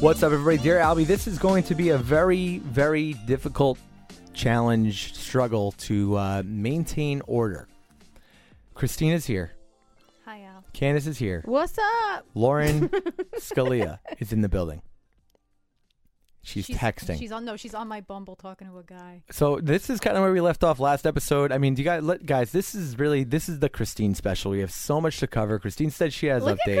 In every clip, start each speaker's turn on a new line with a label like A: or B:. A: What's up, everybody? Dear Albie, this is going to be a very, very difficult challenge, struggle to uh, maintain order. Christina's here.
B: Hi, Al.
A: Candace is here.
B: What's up?
A: Lauren Scalia is in the building. She's, texting.
B: She's on. No, she's on my Bumble talking to a guy.
A: so this is kind of where we left off last episode. I mean, do you guys, let, guys? This is really this is the Christine special. We have so much to cover. Christine said she has
C: Look at
A: updates.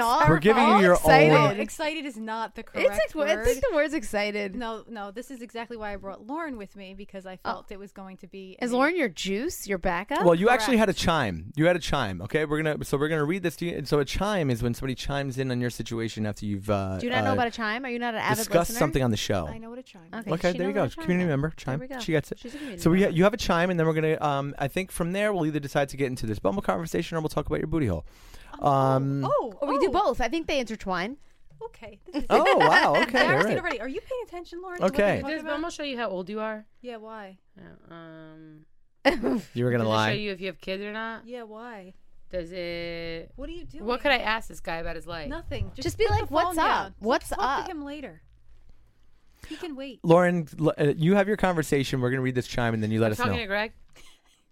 B: I'm
C: All
B: sorry.
A: We're giving you
C: all
A: your
C: excited.
B: No,
A: own-
B: excited is not the correct
C: It's ex-
B: word.
C: I think the word's excited.
B: no, no. This is exactly why I brought Lauren with me because I felt it was going to be.
C: Is
B: a-
C: Lauren your juice, your backup?
A: Well, you actually had a chime. You had a chime. Okay, we're gonna so we're gonna read this to you. And so a chime is when somebody chimes in on your situation after you've uh,
C: Do you
A: uh,
C: not know about a chime? Are you not an avid
A: discussed
C: listener?
A: something on the show.
B: I know what a chime. is.
C: Okay,
A: Okay,
C: she
A: there you go.
C: knows about chime.
A: Community member,
C: There
A: chime.
C: we go.
A: She gets it.
C: She's a community
A: So we ha-
C: member.
A: you have a chime, and then we're gonna. Um, I think from there we'll either decide to get into this Bumble conversation or we'll talk about your booty hole. Um,
B: Oh,
C: Or we do both. I think they intertwine.
B: Okay. This is
A: oh wow.
B: I
A: Okay. all
B: asked it
A: right.
B: already. Are you paying attention, Lauren? to what
A: Okay.
B: we're talking
D: Does
B: about?
D: Bumble show you how old you are?
B: Yeah. Why?
D: Uh, Um,
A: You were gonna
D: does it show
A: lie.
D: you if you have kids or not?
B: Yeah. Why?
D: Does it?
B: What are you doing?
D: What could I ask this guy about his life?
B: Nothing. Just,
C: Just be
B: put the
C: like, "What's
B: phone down.
C: up? What's
B: Talk
C: up?"
B: to him later. He can wait.
A: Lauren, l- uh, you have your conversation. We're gonna read this chime, and then you let
D: I'm
A: us
D: talking
A: know.
D: to Greg.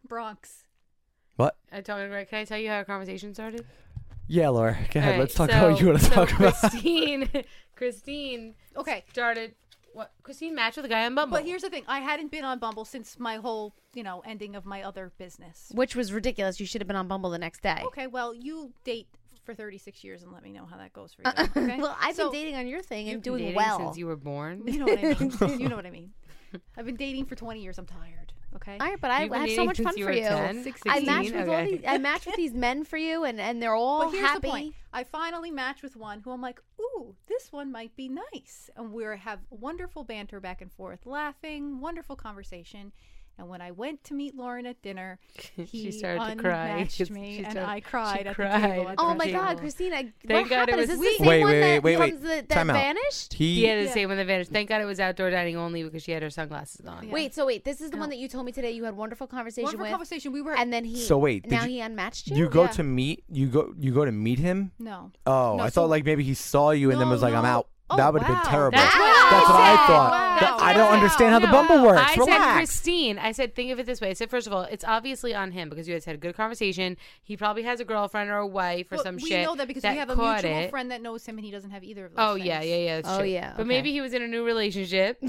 B: Bronx.
A: What?
D: I'm talking to Greg. Can I tell you how our conversation started?
A: Yeah, Laura. Go ahead.
D: All
A: Let's
D: right,
A: talk about what
D: so-
A: you want to
D: so
A: talk about.
D: Christine. Christine
B: Okay.
D: started. What? Christine matched with a guy on Bumble.
B: But here's the thing: I hadn't been on Bumble since my whole, you know, ending of my other business.
C: Which was ridiculous. You should have been on Bumble the next day.
B: Okay, well, you date for 36 years and let me know how that goes for you. Okay?
C: Uh-uh. Well, I've
B: So,
C: been dating on your thing
D: You've
C: and
D: been
C: doing
D: dating
C: well.
D: since you were born.
B: You know what I mean. you know what I mean. I've been dating for 20 years. I'm tired. Okay.
C: all right, but I
D: You've been
C: have so
D: dating
C: much
D: since
C: fun
D: you
C: for
D: were
C: you.
D: 10,
C: I
D: 16,
C: match with all
D: okay.
C: these. I match with these men for you, and and they're all
B: but here's
C: happy.
B: the point. I finally matched with one who I'm like, ooh, this one might be nice. And we have wonderful banter back and forth, laughing, wonderful conversation. And when I went to meet Lauren at dinner, he
D: She started to cry.
B: unmatched
D: She
B: me, and
D: started-
B: I
D: she
B: cried. at the
D: cried
B: table
D: at
B: at
D: the
C: Oh
B: the
C: my
B: table.
C: God, Christina!
D: Thank
C: what
D: God it
C: happened? Is
D: was
C: this
D: we.
C: the same
A: Wait,
C: one
A: wait,
C: that
A: wait, wait.
C: comes that- that
A: Time out.
C: vanished?
A: He.
D: He had the
B: Yeah.
D: same one advantage. Thank God it was outdoor dining only because she had her sunglasses on.
B: Yeah.
C: Wait, so wait, this is the one that you told me today you had wonderful conversation
B: Wonderful
C: with,
B: conversation. We were
C: and then he.
A: So wait, did
C: now
A: you-
C: he unmatched you.
A: You go
B: Yeah.
A: to meet. You go. You go to meet him.
B: no.
A: Oh,
B: No,
A: I
B: so-
A: thought like maybe he saw you and then
B: No,
A: was like, "I'm
B: no.
A: out."
C: Oh,
A: that would have
C: wow.
A: been terrible.
D: That's what
A: That's,
D: I
A: what I
D: said.
A: thought.
B: Wow.
A: That-
B: That's
A: I
B: what
A: don't
B: I said.
A: understand how the
D: No.
A: Bumble works.
D: I said,
A: Relax.
D: Christine, I said, think of it this way. I said, first of all, it's obviously on him because you guys had a good conversation. He probably has a girlfriend or a wife or
B: Well,
D: some
B: we
D: shit.
B: know that because we have a
D: caught
B: mutual
D: it.
B: friend that knows him, and he doesn't have either of those.
D: Oh,
B: things.
D: yeah, yeah, yeah. that's
C: Oh,
D: true.
C: yeah,
D: But
C: okay.
D: maybe he was in a new relationship.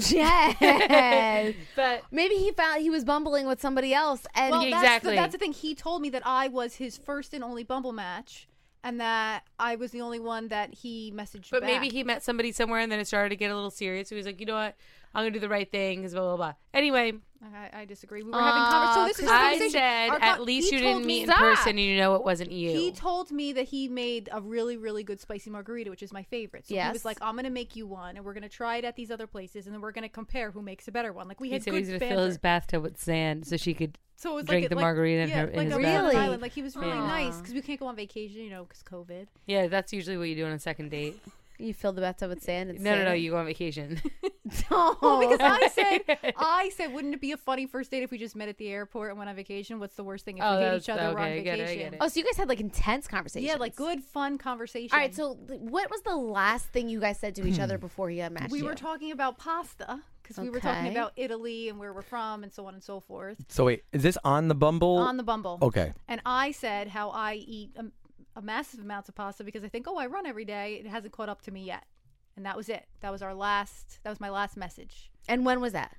C: Yes.
D: But
C: Maybe he found he was bumbling with somebody else, and
B: Well,
D: Yeah,
B: That's the,
D: exactly.
B: that's the thing. He told me that I was his first and only Bumble match, and that I was the only one that he messaged.
D: but
B: back.
D: maybe he met somebody somewhere and then it started to get a little serious. So he was like, you know what? I'm going to do the right thing because blah, blah, blah. Anyway,
B: I, I disagree. We were having conversation. So this is a
D: I
B: conversation.
D: said,
B: Our
D: at
B: con-
D: least
B: he
D: you
B: told
D: didn't
B: me-
D: meet in
B: Stop.
D: person and you know it wasn't you.
B: He told me that he made a really, really good spicy margarita, which is my favorite. So he was
C: Yes.
B: like, "I'm gonna make you one, and we're gonna try it at these other places, and then we're gonna compare who makes a better one." Like we
D: He
B: had
D: said
B: good
D: he was going to fill his
B: banter.
D: bathtub with sand so she could
B: So it was
D: drink
B: like,
D: the
B: like,
D: margarita in
B: yeah,
D: her- in
B: like
D: his
B: a really?
C: bathroom.
B: island. Like he was really
D: Yeah.
B: nice because we can't go on vacation, you know, because COVID.
D: Yeah, that's usually what you do on a second date.
C: you filled the bathtub with sand. And
D: No, no,
C: sand. Oh,
D: no, you go on vacation.
C: No,
B: Well,
D: Oh.
B: because I said, I said, wouldn't it be a funny first date if we just met at the airport and went on vacation? What's the worst thing if
D: Oh,
B: we hate
D: that's-
B: each other? we're on
D: okay, I get it, I
B: vacation.
D: get it.
C: oh, so you guys had like intense conversations.
B: Yeah, like good, fun conversation.
C: All right, so th- what was the last thing you guys said to each
A: Hmm.
C: other before he unmatched
B: we
C: you?
B: were talking about pasta because we were talking
C: Okay.
B: about Italy and where we're from and so on and so forth
A: So wait, is this on the Bumble?
B: on the Bumble.
D: oh.
A: okay.
B: And I said how I eat a, a massive amounts of pasta because I think, oh, I run every day. It hasn't caught up to me yet. And that was it. That was our last. That was my last message.
C: and when was that?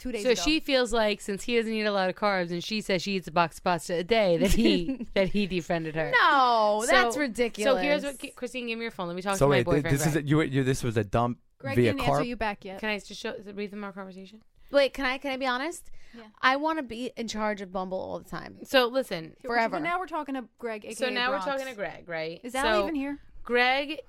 B: Two days
D: so
B: ago.
D: she feels like since he doesn't eat a lot of carbs and she says she eats a box of pasta a day that he that he defriended her.
C: No,
D: So-
C: that's ridiculous.
D: So here's what Christine, give me your phone. Let me
B: Oh,
D: talk
A: So
D: to my
A: wait, thi-
D: boyfriend.
A: this is
D: Greg.
A: a, you, were- you. This was a dump
B: Greg
A: via
B: didn't
A: car.
B: answer you back yet.
D: Can I just show read them our conversation?
C: Wait, can I can I be honest?
B: Yeah.
C: I want to be in charge of Bumble all the time.
D: So listen.
B: Here, we're-
C: forever.
B: now we're talking to Greg. AKA
D: So now
B: Bronx.
D: we're talking to Greg, right?
B: Is Al
D: that
B: even here?
D: Greg,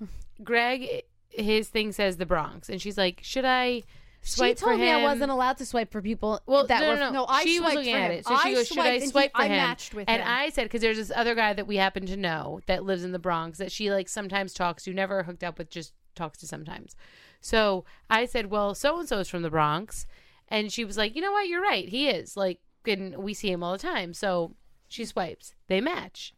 D: Greg, his thing says the Bronx, and she's like, should I swipe
C: she told
D: for
C: me I
D: him?
C: wasn't allowed to swipe for people
D: Well,
C: that
D: no,
C: were
D: no, no.
B: no, I
D: she was
B: swiped
D: looking
B: for
D: at
B: him.
D: it. So
B: I
D: she goes, "Should
B: swiped
D: I
B: and he-
D: swipe for
B: I
D: him?"
B: matched with
D: and
B: him.
D: I said, "Because there's this other guy that we happen to know that lives in the Bronx that she like sometimes talks to, never hooked up with, just talks to sometimes." So I said, "Well, so and so is from the Bronx," and she was like, "You know what? You're right. He is like, and we see him all the time." So she swipes. They match.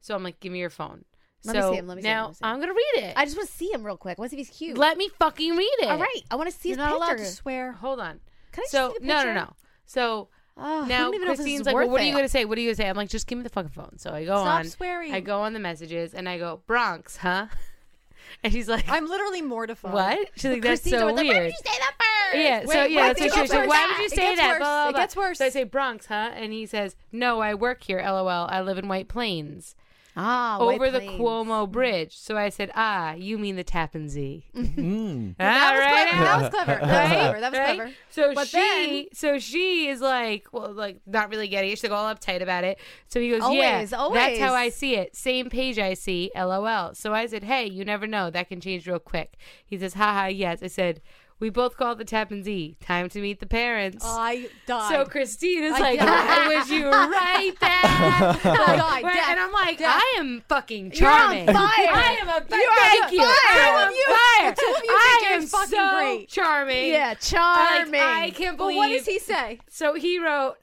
D: So I'm like, "Give me your phone."
C: Let me
D: so
C: see him, let me see him,
D: now
C: let me see him.
D: I'm gonna read it.
C: I just want to see him real quick. I want to see if he's cute.
D: Let me fucking read it.
C: All right, I want to see
B: You're
C: his
B: not allowed
C: picture.
B: to swear.
D: Hold on.
C: Can I
D: so
C: just see the
D: no, no,
C: picture?
D: no. So
C: Ugh, I
D: now
C: don't even know if this
D: Christine's
C: is
D: like, well,
C: worth
D: what are you
C: it.
D: gonna say? What are you gonna say? I'm like, just give me the fucking phone. So I go
B: Stop
D: on.
B: swearing.
D: I go on the messages and I go Bronx, huh? And she's like,
B: I'm literally mortified.
D: what? She's like, that's
C: Christine's
D: so
C: always
D: weird.
C: like, Why did you say that first?
D: Yeah,
C: Wait,
D: so
C: why did
D: yeah, that's
C: you go
D: what she was like,
C: first?
D: why would you
B: It
D: say
B: gets
D: that?
B: worse.
D: Blah, blah,
B: It
D: blah.
B: gets worse.
D: So I say Bronx, huh? And he says, No, I work here, LOL. I live in White Plains.
C: Ah, white
D: over the
C: plains.
D: Cuomo Bridge. So I said, Ah, you mean the Tappan Zee.
A: Mm.
B: That
D: All
B: was
D: right,
B: clever.
D: Al.
B: That was clever. That was
D: Right?
B: clever. That was
D: Right?
B: clever.
D: So
B: But
D: she,
B: then-
D: so she is like, well, like not really getting it. She's like all uptight about it. So he goes,
C: Always,
D: yeah, that's
C: always.
D: how I see it. Same page I see. LOL. So I said, hey, you never know. That can change real quick. He says, haha, yes. I said, we both call it the Tappan Zee. Time to meet the parents.
B: I died.
D: so Christine is
B: Oh, I
D: like,
B: died.
D: I wish you were right there.
B: I
D: Right,
B: died.
D: and I'm like,
B: Death.
D: I am fucking
C: You're
D: charming.
C: on fire.
D: I am a
C: You are
D: thank
C: on
D: you.
C: fire.
D: I
C: All
D: am
C: of
B: you-
D: fire.
B: the two of you
D: I
B: think you're
D: am
B: fucking
D: so
B: great.
D: charming.
C: Yeah,
D: Like,
C: charming.
D: I can't
B: But
D: believe.
B: what does he say?
D: So he wrote.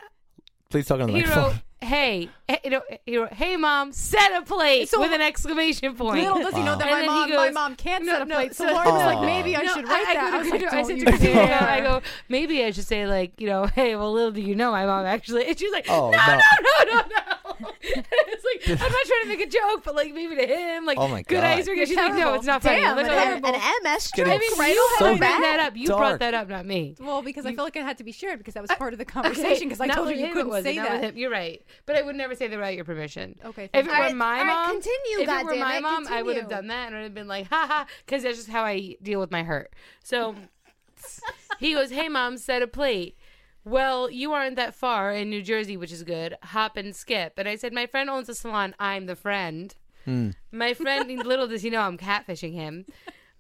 A: Please talk on the
D: He wrote.
A: microphone.
D: Hey, eh, you know, he wrote, hey, mom, set a plate
B: So-
D: with an exclamation point.
B: Little does he know
A: Wow.
B: that
D: And
B: my
D: then he
B: mom, my
D: goes,
B: mom can't
D: no,
B: set a
D: no,
B: plate. So
D: so-
B: Lauren's
A: Aw.
B: like, maybe I
D: No,
B: should write
D: I,
B: that.
D: I,
B: was
D: go to
B: like,
D: Christina- I
B: don't
D: said
B: you
D: to Christina,
A: dare.
D: I go, maybe I should say like, you know, hey, well, little do you know, my mom actually. And she's like,
A: Oh,
D: no,
A: no.
D: no, no, no, no. it's like I'm not trying to make a joke, but like maybe to him, like,
A: Oh, my
D: good
A: God.
D: eyes are good. She's like, no, it's not funny.
C: Damn,
D: Look
C: an,
D: over here.
C: M- an MS
A: getting
D: I
C: stroke
D: mean,
A: It's
C: right
D: you
C: off
A: so
C: the
D: brought
C: bat.
D: that up. You
A: dark.
D: brought that up, not me.
B: Well, because I feel like it had to be shared because that was part of the conversation because I
D: Not
B: told
D: with
B: you
D: him,
B: you
D: it
B: couldn't
D: wasn't.
B: say
D: Not with
B: that.
D: him. You're right, but I would never say that without your permission.
B: Okay,
D: If
B: thank
D: it
B: you.
D: were
C: Alright,
D: my
C: alright,
D: mom,
C: continue,
D: If it were
C: goddammit,
D: my mom, I would
C: continue.
D: have done that, and I would have been like, "Ha ha," because that's just how I deal with my hurt. So he goes, "Hey, mom, set a plate." Well, you aren't that far in New Jersey, which is good. Hop and skip. And I said, My friend owns a salon. I'm the friend. My friend, little does he know, I'm catfishing him.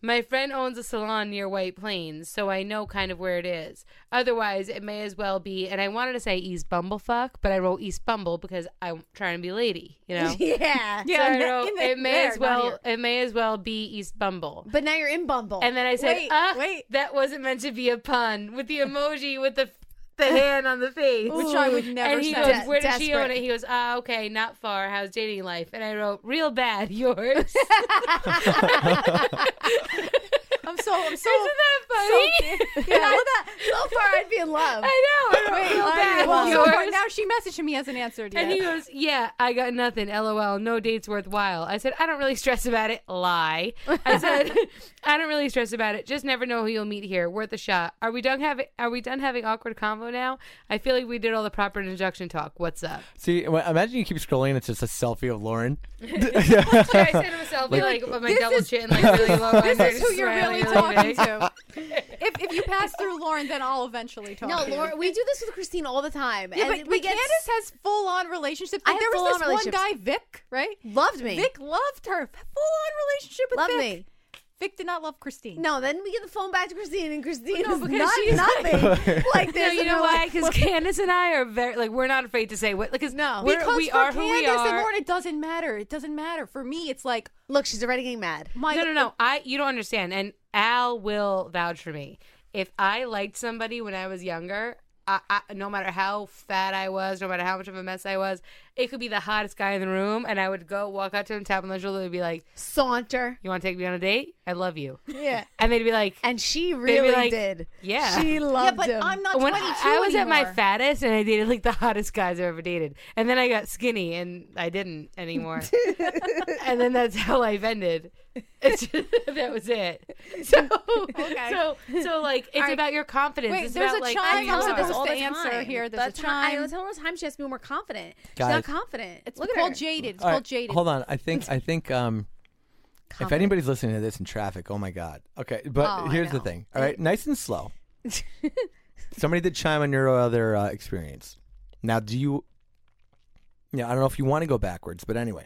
D: My friend owns a salon near White Plains, so I know kind of where it is. Otherwise, it may as well be. And I wanted to say East Bumblefuck, but I wrote East Bumble because I'm trying to be lady, you know.
C: Yeah.
D: So I
B: in the-
D: wrote,
B: in the-
D: it may
B: there,
D: as
B: not
D: well,
B: here.
D: it may as well be East Bumble.
C: But now you're in Bumble.
D: And then I said,
B: Wait,
D: "Ah,
B: wait.
D: that wasn't meant to be a pun with the emoji with the the hand on the face."
B: Which I would never
D: and he
B: say.
D: goes,
C: De-
D: "Where did she own
C: desperate.
D: it?" He goes, "Ah, okay, not far. How's dating life?" And I wrote, "Real bad, yours." Isn't
B: I'm so, I'm so.
D: that funny?
B: so-
C: yeah,
B: yeah.
C: well, that- so far, I'd be in love.
D: I know. I wrote,
B: Wait,
D: real
B: I,
D: bad,
B: well, so far-
D: yours.
B: now she messaged me hasn't answered yet.
D: And he goes, Yeah, I got nothing. LOL. No dates worthwhile. I said, I don't really stress about it. Lie. I said, I don't really stress about it. Just never know who you'll meet here. Worth a shot. Are we done having Are we done having awkward convo now? I feel like we did all the proper introduction talk. What's up?
A: See, w- imagine you keep scrolling. It's just a selfie of Lauren.
D: I sent him a selfie like, with my double chin, like really low.
B: this is who you're really talking to. If, if you pass through Lauren, then I'll eventually talk
C: No,
B: to you.
C: Laura, we do this with Christine all the time.
B: Yeah,
C: and
B: but,
C: we
B: but
C: get
B: Candace has full on relationships.
C: I
B: Like,
C: have
B: there was
C: full-on
B: this one guy,
C: relationships.
B: Vic, right?
C: loved me.
B: Vic loved her. Full on relationship with
C: loved
B: Vic.
C: me.
B: Vic did not love Christine.
C: No, then we get the phone back to Christine, and Christine
D: no,
C: is
D: because
C: not
D: she's
C: nothing like
D: No,
C: this.
D: you
C: and
D: know
C: we're
D: why?
C: like,
D: Because Candace and I are very like we're not afraid to say what because no, we're,
B: because
D: we
B: for
D: are
B: Candace
D: who we are.
B: and Lauren, it doesn't matter. It doesn't matter. For me, it's like
C: Look, she's already getting mad.
B: my
D: no, no, no. I you don't understand. And Al will vouch for me. If I liked somebody when I was younger, I, I, no matter how fat I was, no matter how much of a mess I was, it could be the hottest guy in the room, and I would go walk up to him, tap him on the shoulder, and be like,
C: Saunter.
D: "You want to take me on a date? I love you."
C: Yeah.
D: And they'd be like,
C: And she really
D: like,
C: did.
D: yeah.
C: She
B: Yeah,
C: loved
B: but
C: him.
B: I'm not
D: "When
B: 22
D: I, I was at my
B: anymore.
D: fattest, and I dated like the hottest guys I ever dated, and then I got skinny, and I didn't anymore, and then that's how life ended." It's just, that was it. So, so, so, like, it's
C: right.
D: about your confidence.
B: Wait,
D: it's
B: there's
D: about,
B: a
D: like,
B: chime.
D: who you
B: I'm
C: tells her
D: are.
B: supposed
C: all
B: to
C: the
B: answer
C: time.
B: here. There's a
C: That's not-
B: chime.
C: I tell her all the time she has to be more confident.
A: Guys.
C: She's not confident.
B: It's
C: Look at
B: called
C: her.
B: jaded. It's
A: All right,
B: called jaded.
A: Hold on. I think I think um, if
C: Confident.
A: anybody's listening to this in traffic, oh my god. Okay, but
C: Oh, I
A: here's the
C: know.
A: thing. All right, nice and slow. Somebody did chime on your other uh, experience. Now, do you? Yeah, I don't know if you want to go backwards, but anyway.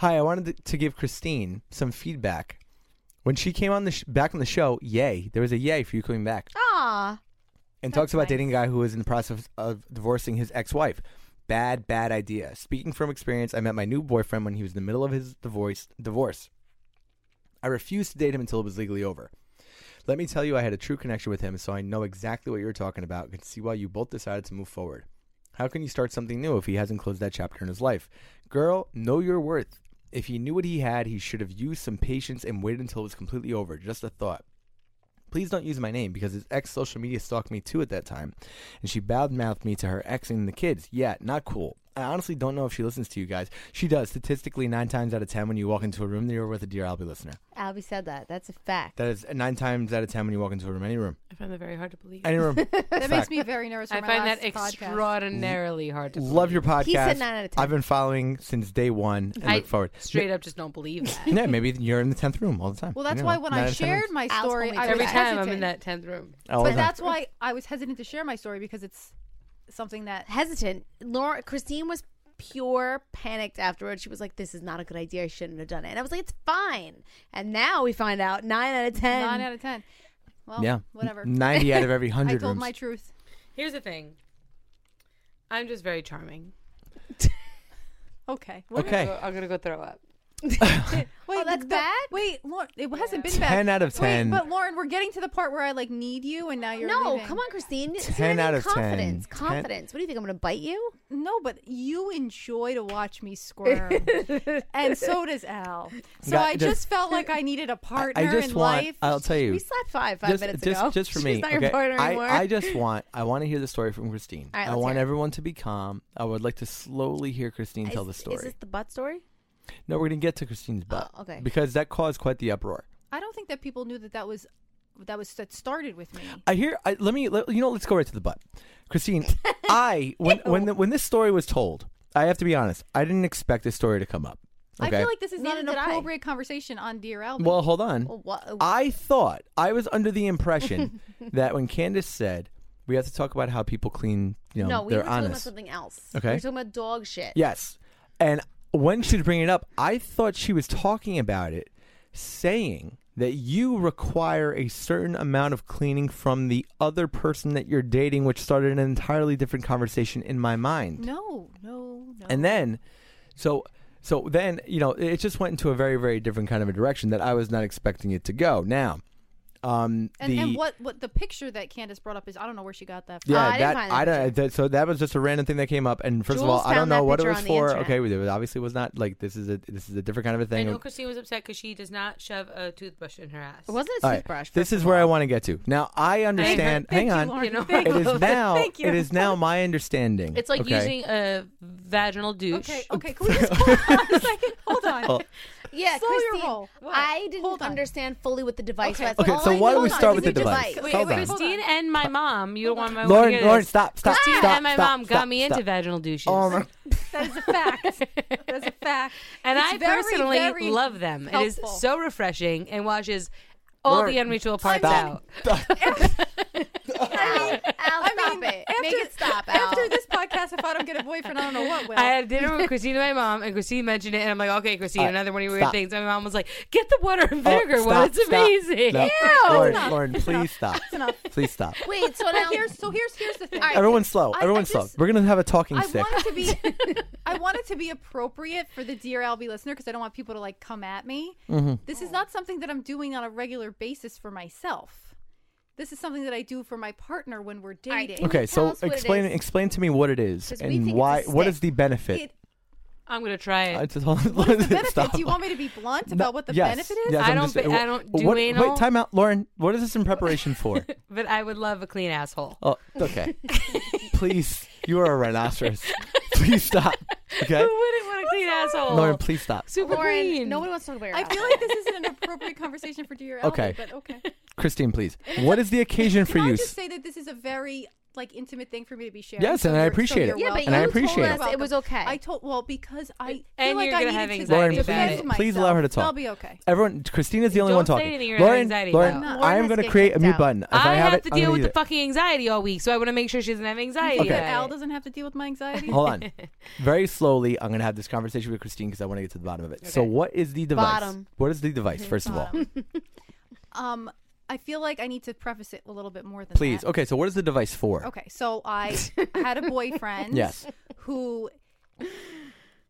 A: Hi, I wanted to- to give Christine some feedback. When she came on the sh- back on the show, yay! There was a yay for you coming back,
C: Aw.
A: and talks about
B: nice.
A: dating a guy who was in the process of divorcing his ex-wife. Bad, bad idea. Speaking from experience, I met my new boyfriend when he was in the middle of his divorce. Divorce. I refused to date him until it was legally over. Let me tell you, I had a true connection with him, so I know exactly what you're talking about. Can see why you both decided to move forward. How can you start something new if he hasn't closed that chapter in his life? Girl, know your worth. If he knew what he had, he should have used some patience and waited until it was completely over. Just a thought. Please don't use my name because his ex social media stalked me too at that time, and she bad mouthed me to her ex and the kids. Yeah, not cool. I honestly don't know if she listens to you guys. She does. Statistically, nine times out of ten, when you walk into a room, you're with a dear Albie listener.
C: Albie said that. That's a fact.
A: That is nine times out of ten when you walk into a room, any room,
D: I find that very hard to believe.
A: any room.
B: That makes me very nervous. For
D: I
B: my
D: find
B: last
D: that
B: podcast.
D: extraordinarily hard to believe.
A: Love your podcast.
C: He said nine out of 10.
A: I've been following since day one and
D: I
A: look forward.
D: straight up just don't believe that.
A: Yeah, maybe you're in the tenth room all the time.
B: Well, that's
A: You know,
B: why when
A: nine
B: I
A: out of 10
B: shared
A: rooms.
B: my
C: Al's
B: story,
C: only
B: I was
D: Every time I'm
B: hesitant.
D: in that 10th room.
A: all the
B: But
A: time.
B: that's why I was hesitant to share my story because it's something that
C: Hesitant. Laura, Christine was pure panicked afterwards. She was like, "This is not a good idea. I shouldn't have done it." And I was like, "It's fine." And now we find out nine out of ten.
B: nine out of ten. Well,
A: yeah,
B: whatever.
A: Ninety out of every
B: I
A: hundred
B: told
A: rooms.
B: my truth.
D: Here's the thing. I'm just very charming.
B: Okay. Oh,
D: We're
A: Okay.
D: Gonna go, I'm gonna go throw up.
B: Wait,
C: Oh, that's
B: but-
C: bad?
B: Wait, Lauren, it hasn't been bad.
A: ten out of ten.
B: Wait, but Lauren, we're getting to the part where I like need you, and now you're
C: no,
B: leaving.
C: come on, Christine. See what
A: 10
C: I mean?
A: out of 10.
C: confidence.
A: 10.
C: Confidence. What do you think? I'm going to bite you?
B: No, but you enjoy to watch me squirm, and so does Al. So
A: That
B: I
A: just-
B: just felt like I needed a
A: I-
B: partner
A: I just
B: in
A: want.
B: life.
A: I'll tell you.
C: We slapped five five
A: just,
C: minutes
A: just,
C: ago.
A: just for
C: She's
A: me.
C: not
A: okay?
C: your partner
A: I,
C: anymore.
A: I just want. I want to hear the story from Christine.
C: All right,
A: I
C: let's
A: want
C: hear it.
A: everyone to be calm. I would like to slowly hear Christine tell
C: Is-
A: the story.
C: Is this the butt story?
A: No, we're gonna get to Christine's butt.
C: Oh, okay.
A: Because that caused quite the uproar.
B: I don't think that people knew that that was that was that started with me.
A: I hear. I, let me. Let, you know. Let's go right to the butt. Christine, I when when the, when this story was told, I have to be honest. I didn't expect this story to come up.
B: I
A: Okay.
B: feel like this is not
C: Neither
B: an
C: did I.
B: appropriate conversation on Dear Albie.
A: well, hold on.
C: Well, what? uh,
A: I thought I was under the impression that when Candace said we have to talk about how people clean, you know,
C: no, we
A: they're
C: were talking about
A: honest.
C: something else.
A: Okay.
C: We were talking about dog shit.
A: Yes. And when she was bringing it up, I thought she was talking about it, saying that you require a certain amount of cleaning from the other person that you're dating, which started an entirely different conversation in my mind.
B: no, no, no.
A: And then, so. So then, you know, it just went into a very, very different kind of a direction that I was not expecting it to go. Now, um,
B: and,
A: the,
B: and what what the picture that Candace brought up is I don't know where she got that from.
A: Yeah,
C: I didn't
A: that
C: find that
A: I don't. That, so that was just a random thing that came up, and first of all,
C: Jules
A: I don't
C: found
A: know
C: that
A: what it
C: picture
A: was
C: on the
A: for.
C: internet.
A: Okay, it obviously was not like this is a this is a different kind of a
D: I
A: thing.
D: know Christine was upset because she does not shove a toothbrush in her ass.
C: It wasn't a
A: All right,
C: toothbrush.
A: this
C: first
A: is
C: of
A: where I
C: all.
A: want to get to. Now I understand.
B: Thank
A: hang
B: you,
A: on.
B: Lauren.
D: You know,
B: Thank
A: It is now.
B: Thank you.
A: It is now my understanding.
D: It's like
A: okay?
D: using a vaginal douche.
B: Ah, Okay, okay, can we just hold on a second? Hold on.
A: Oh.
C: Yeah,
B: Slow your
C: Christine,
B: roll. What?
C: I didn't
B: Hold on.
C: understand fully what the device
B: Okay.
C: was.
A: Okay,
C: All
A: so
C: I
A: why
C: knew
A: don't we
C: was
A: start
C: it
A: with
C: was
A: the
C: a
A: device?
D: Wait,
A: Hold on.
D: Christine and my mom. You don't want my
A: Lauren,
D: to get
A: Lauren,
D: this.
A: stop, stop,
D: Christine
A: stop,
D: and my
A: stop,
D: mom
A: stop,
D: got me into
A: stop.
D: vaginal douches.
A: Oh my-
B: That is a fact. That is a fact.
D: and
B: It's
D: I
B: very,
D: personally
B: very
D: love them. It is
B: helpful.
D: so refreshing and washes all
A: Lauren,
D: the unreachable parts
A: stop.
D: out.
C: Al, Al, stop it.
B: after-
C: Make it stop, Al.
B: After this podcast, if I don't get a boyfriend, I don't know what will.
D: I had dinner with Christine and my mom, and Christine mentioned it, and I'm like, okay, Christine,
A: All right,
D: another one of your
A: stop.
D: weird things. And my mom was like, get the water and
A: Oh,
D: vinegar
A: stop,
D: one. It's
A: stop.
D: amazing.
A: No, Lauren,
B: enough.
A: Lauren, please stop.
B: enough.
A: Please stop.
C: Wait, so
B: but
C: now
B: here's so here's here's the thing.
C: All right.
A: Everyone's slow.
B: I- I
A: Everyone's slow.
B: just-
A: We're gonna have a talking
B: I
A: stick.
B: want it to be I want it to be appropriate for the Dear Albie listener because I don't want people to like come at me.
A: Mm-hmm.
B: This is not something that I'm doing on a regular basis for myself. This is something that I do for my partner when we're
C: right,
B: dating.
C: Can you
A: Okay,
C: tell
A: so
C: us what it
A: explain
C: is?
A: explain to me what it is
C: 'Cause we think
A: and
C: it's a
A: why. What is
C: stick.
A: the benefit?
B: It-
D: I'm going to try it.
A: I just hold
B: what is the benefit? Do you want me to be blunt about what the benefit is?
D: I don't ba- I don't do
A: what, Wait,
D: anal.
A: time out, Lauren. What is this in preparation for?
D: but I would love a clean asshole.
A: oh, okay. Please, you are a rhinoceros. Please stop. Okay,
D: Who wouldn't want a clean asshole?
A: Lauren, please stop.
D: Super
C: Lauren,
D: clean.
C: nobody wants to talk about your
B: I feel
C: asshole.
B: like this isn't an appropriate conversation for Dear Albie,
A: Okay.
B: but okay.
A: Christine, please. What is the occasion for
B: Can I
A: use?
B: just say that this is a very like intimate thing for me to be sharing?
A: Yes, and I
B: you're-
A: appreciate
B: you're
A: it.
C: Yeah, but
B: welcome.
A: And I you told appreciate us
C: it. it was okay.
B: I told well because I
D: And
B: feel like
D: you're
B: I
D: gonna
B: needed
D: have
B: to
D: anxiety
A: Lauren,
B: defend
A: please-
B: myself.
A: please allow her to talk.
B: I'll be okay.
A: Everyone, Christine is the only one
D: Don't say
A: talking.
D: anything, you're
A: Lauren,
D: having anxiety
A: Lauren,
B: about it.
A: I
B: Lauren
A: am
B: has
A: going to
B: kicked
A: create a mute
B: out.
A: button. If I,
D: I, have
A: it,
D: to
A: I'm
D: deal
A: gonna
D: with
A: use
D: the
A: it.
D: fucking anxiety all week, so I want to make sure she doesn't have anxiety.
B: You think
A: Okay.
B: that Al doesn't have to deal with my anxiety.
A: Hold on. Very slowly, I'm going to have this conversation with Christine because I want to get to the bottom of it. So,
D: Okay.
A: what is the device?
C: Bottom.
A: What is the device, first of all?
B: Um, I feel like I need to preface it a little bit more than
A: Please.
B: that.
A: Okay, so what is the device for?
B: Okay, so I had a boyfriend
A: Yes.
B: who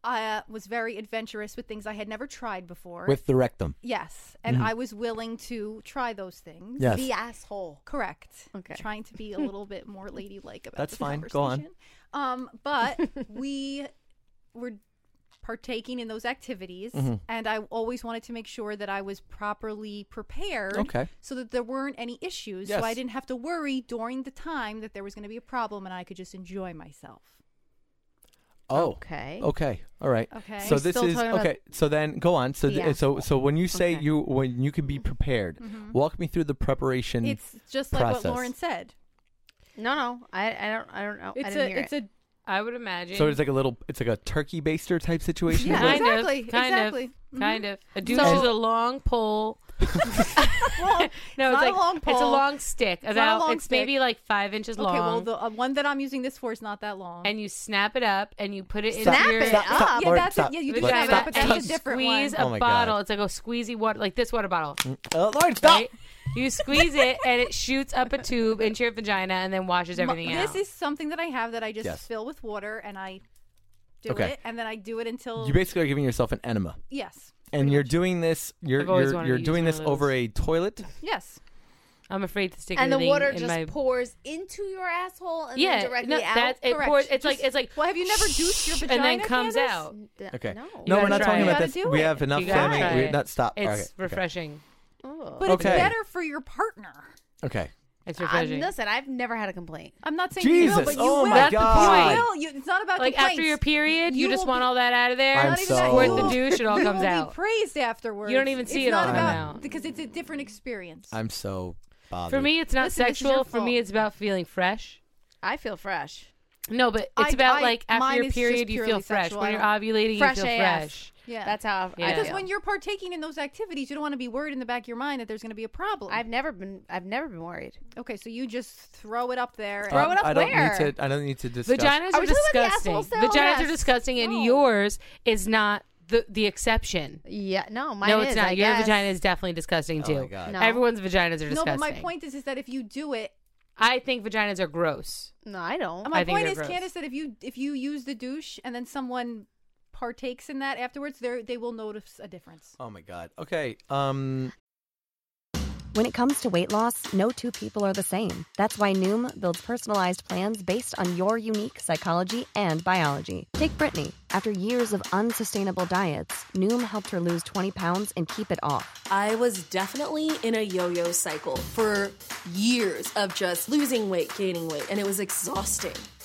B: uh, was very adventurous with things I had never tried before.
A: With Mm-hmm. the rectum.
B: yes, and I was willing to try those things.
A: Yes.
C: the asshole.
B: Correct.
C: Okay.
B: Trying to be a little bit more ladylike about
A: That's
B: this
A: fine. Go on.
B: conversation. Um, but we were partaking in those activities,
A: Mhm.
B: and I always wanted to make sure that I was properly prepared
A: Okay.
B: so that there weren't any issues.
A: Yes.
B: So I didn't have to worry during the time that there was going to be a problem and I could just enjoy myself.
A: Oh.
C: Okay.
A: Okay. All right.
B: Okay.
A: So
B: We're
A: this
C: still
A: is
C: talking about-
A: okay. So then go on. So th-
C: Yeah.
A: so so when you say
C: Okay.
A: you when you can be prepared, walk me through the preparation.
B: It's just like
A: process.
B: what Lauren said.
C: No, no. I, I don't. I don't know. I
B: It's
C: didn't
B: a
C: hear
B: it's
C: it.
B: a
D: I would imagine.
A: so it's like a little. It's like a turkey baster type situation.
B: Yeah,
A: where-
D: kind
B: Exactly,
D: of, kind
B: exactly. Mm-hmm.
D: of, kind of. A douche
C: So-
D: is a long pole.
B: well,
D: No,
B: It's
D: it's,
B: not a
D: like
B: long
D: it's a
B: pole.
D: long stick.
B: not a
D: About
B: long
D: it's maybe like five inches long.
B: Okay, well, the uh, one that I'm using this for is not that long.
D: and you snap it up and you put it in
C: Snap
D: your
C: it
A: Stop,
C: up.
A: stop,
B: yeah,
A: Lauren,
B: that's
A: stop.
B: it. Yeah, you do
A: Lauren,
B: have
A: stop,
B: that, but that's
A: stop.
B: a different
D: squeeze
B: one.
D: a
A: Oh my God.
D: bottle. It's like a squeezy water, like this water bottle.
A: Uh, Lauren, stop.
D: Right? You squeeze it and it shoots up a tube into your vagina and then washes
B: Mu-
D: everything out.
B: This is something that I have that I just
A: Yes.
B: fill with water and I do
A: Okay.
B: it, and then I do it until
A: You basically are giving yourself an enema,
B: yes,
A: and you're doing this. You're
D: I've always
A: you're,
D: wanted
A: you're
D: to use
A: doing
D: one
A: this
D: of
A: over
D: those.
A: a toilet.
B: yes.
D: I'm afraid to stick
C: and the
D: anything
C: water
D: in
C: just
D: my
C: pours into your asshole and
D: yeah
C: then directly
D: no,
C: out.
D: That's, it
B: Correct.
D: pours, it's
B: Just-
D: like it's like
B: Well, have you never juiced your vagina?
D: and then comes
B: Candace?
D: out.
C: D-
A: Okay.
C: No.
A: No, we're
D: gotta
A: not
D: try
A: talking
D: it.
A: about
B: You
A: this.
B: gotta do
A: We
B: it.
A: have enough
D: You gotta
A: family.
D: try
A: We're
D: it.
A: not stop.
D: It's
A: Okay.
D: refreshing.
C: Oh.
B: But
A: Okay.
B: it's better for your partner.
A: Okay.
D: It's
C: I,
D: refreshing.
C: listen, I've never had a complaint.
B: I'm not saying you
A: Jesus.
B: will, but you
A: oh
B: will.
A: my
D: That's the
A: God.
D: point.
B: You will. You, it's not about
D: like after your
B: complaints.
D: period, you,
B: You
D: just
B: will
D: want
B: be-
D: all that out of there.
A: I'm
B: Not even that.
A: Squirt
B: You
A: the
B: will-
D: douche, it all
B: you
D: comes
B: will
D: out.
B: Be praised afterwards.
D: You don't even see
B: it's
D: it all
B: not
A: come
B: about,
D: out.
B: because it's a different experience.
A: I'm so bothered.
D: For me, it's not
C: Listen, this is your
D: sexual. For me,
C: fault.
D: it's about feeling fresh.
C: I feel fresh.
D: No, but
B: I-
D: it's about
B: I-
D: like
B: mine
D: after
B: is
D: your
B: just
D: period, you feel
B: purely
D: fresh.
B: sexual.
D: When
B: I
D: you're
B: don't-
D: ovulating,
C: Fresh
D: you feel
C: AF.
D: fresh.
B: yeah,
C: That's how I
D: Yeah.
B: because
C: feel.
B: when you're partaking in those activities, you don't want to be worried in the back of your mind that there's going to be a problem.
C: I've never been. I've never been worried.
B: okay, so you just throw it up there.
C: Throw it up
A: Uh, I don't
C: where?
A: need to. I don't need to discuss.
D: Vaginas
C: Are
D: are
C: we talking about the
D: disgusting.
C: assholes, though?
D: Vaginas are
C: Yes.
D: disgusting, and
C: No.
D: yours is not the the exception.
C: Yeah. No, mine
D: no,
C: is.
D: it's not.
C: I
D: Your
C: guess.
D: vagina is definitely disgusting
A: Oh
D: too.
A: my God.
C: No.
D: Everyone's vaginas are disgusting.
B: no, but my point is, is that if you do it,
D: I think vaginas are gross.
C: No, I don't.
B: my
D: I think
B: point
D: they're
B: is,
D: gross.
B: Candace, that if you if you use the douche and then someone partakes in that afterwards, they they will notice a difference.
A: Oh my god. Okay. Um.
E: When it comes to weight loss, no two people are the same. That's why Noom builds personalized plans based on your unique psychology and biology. Take Brittany. After years of unsustainable diets, Noom helped her lose 20 pounds and keep it off.
F: I was definitely in a yo yo cycle for years of just losing weight, gaining weight, and it was exhausting.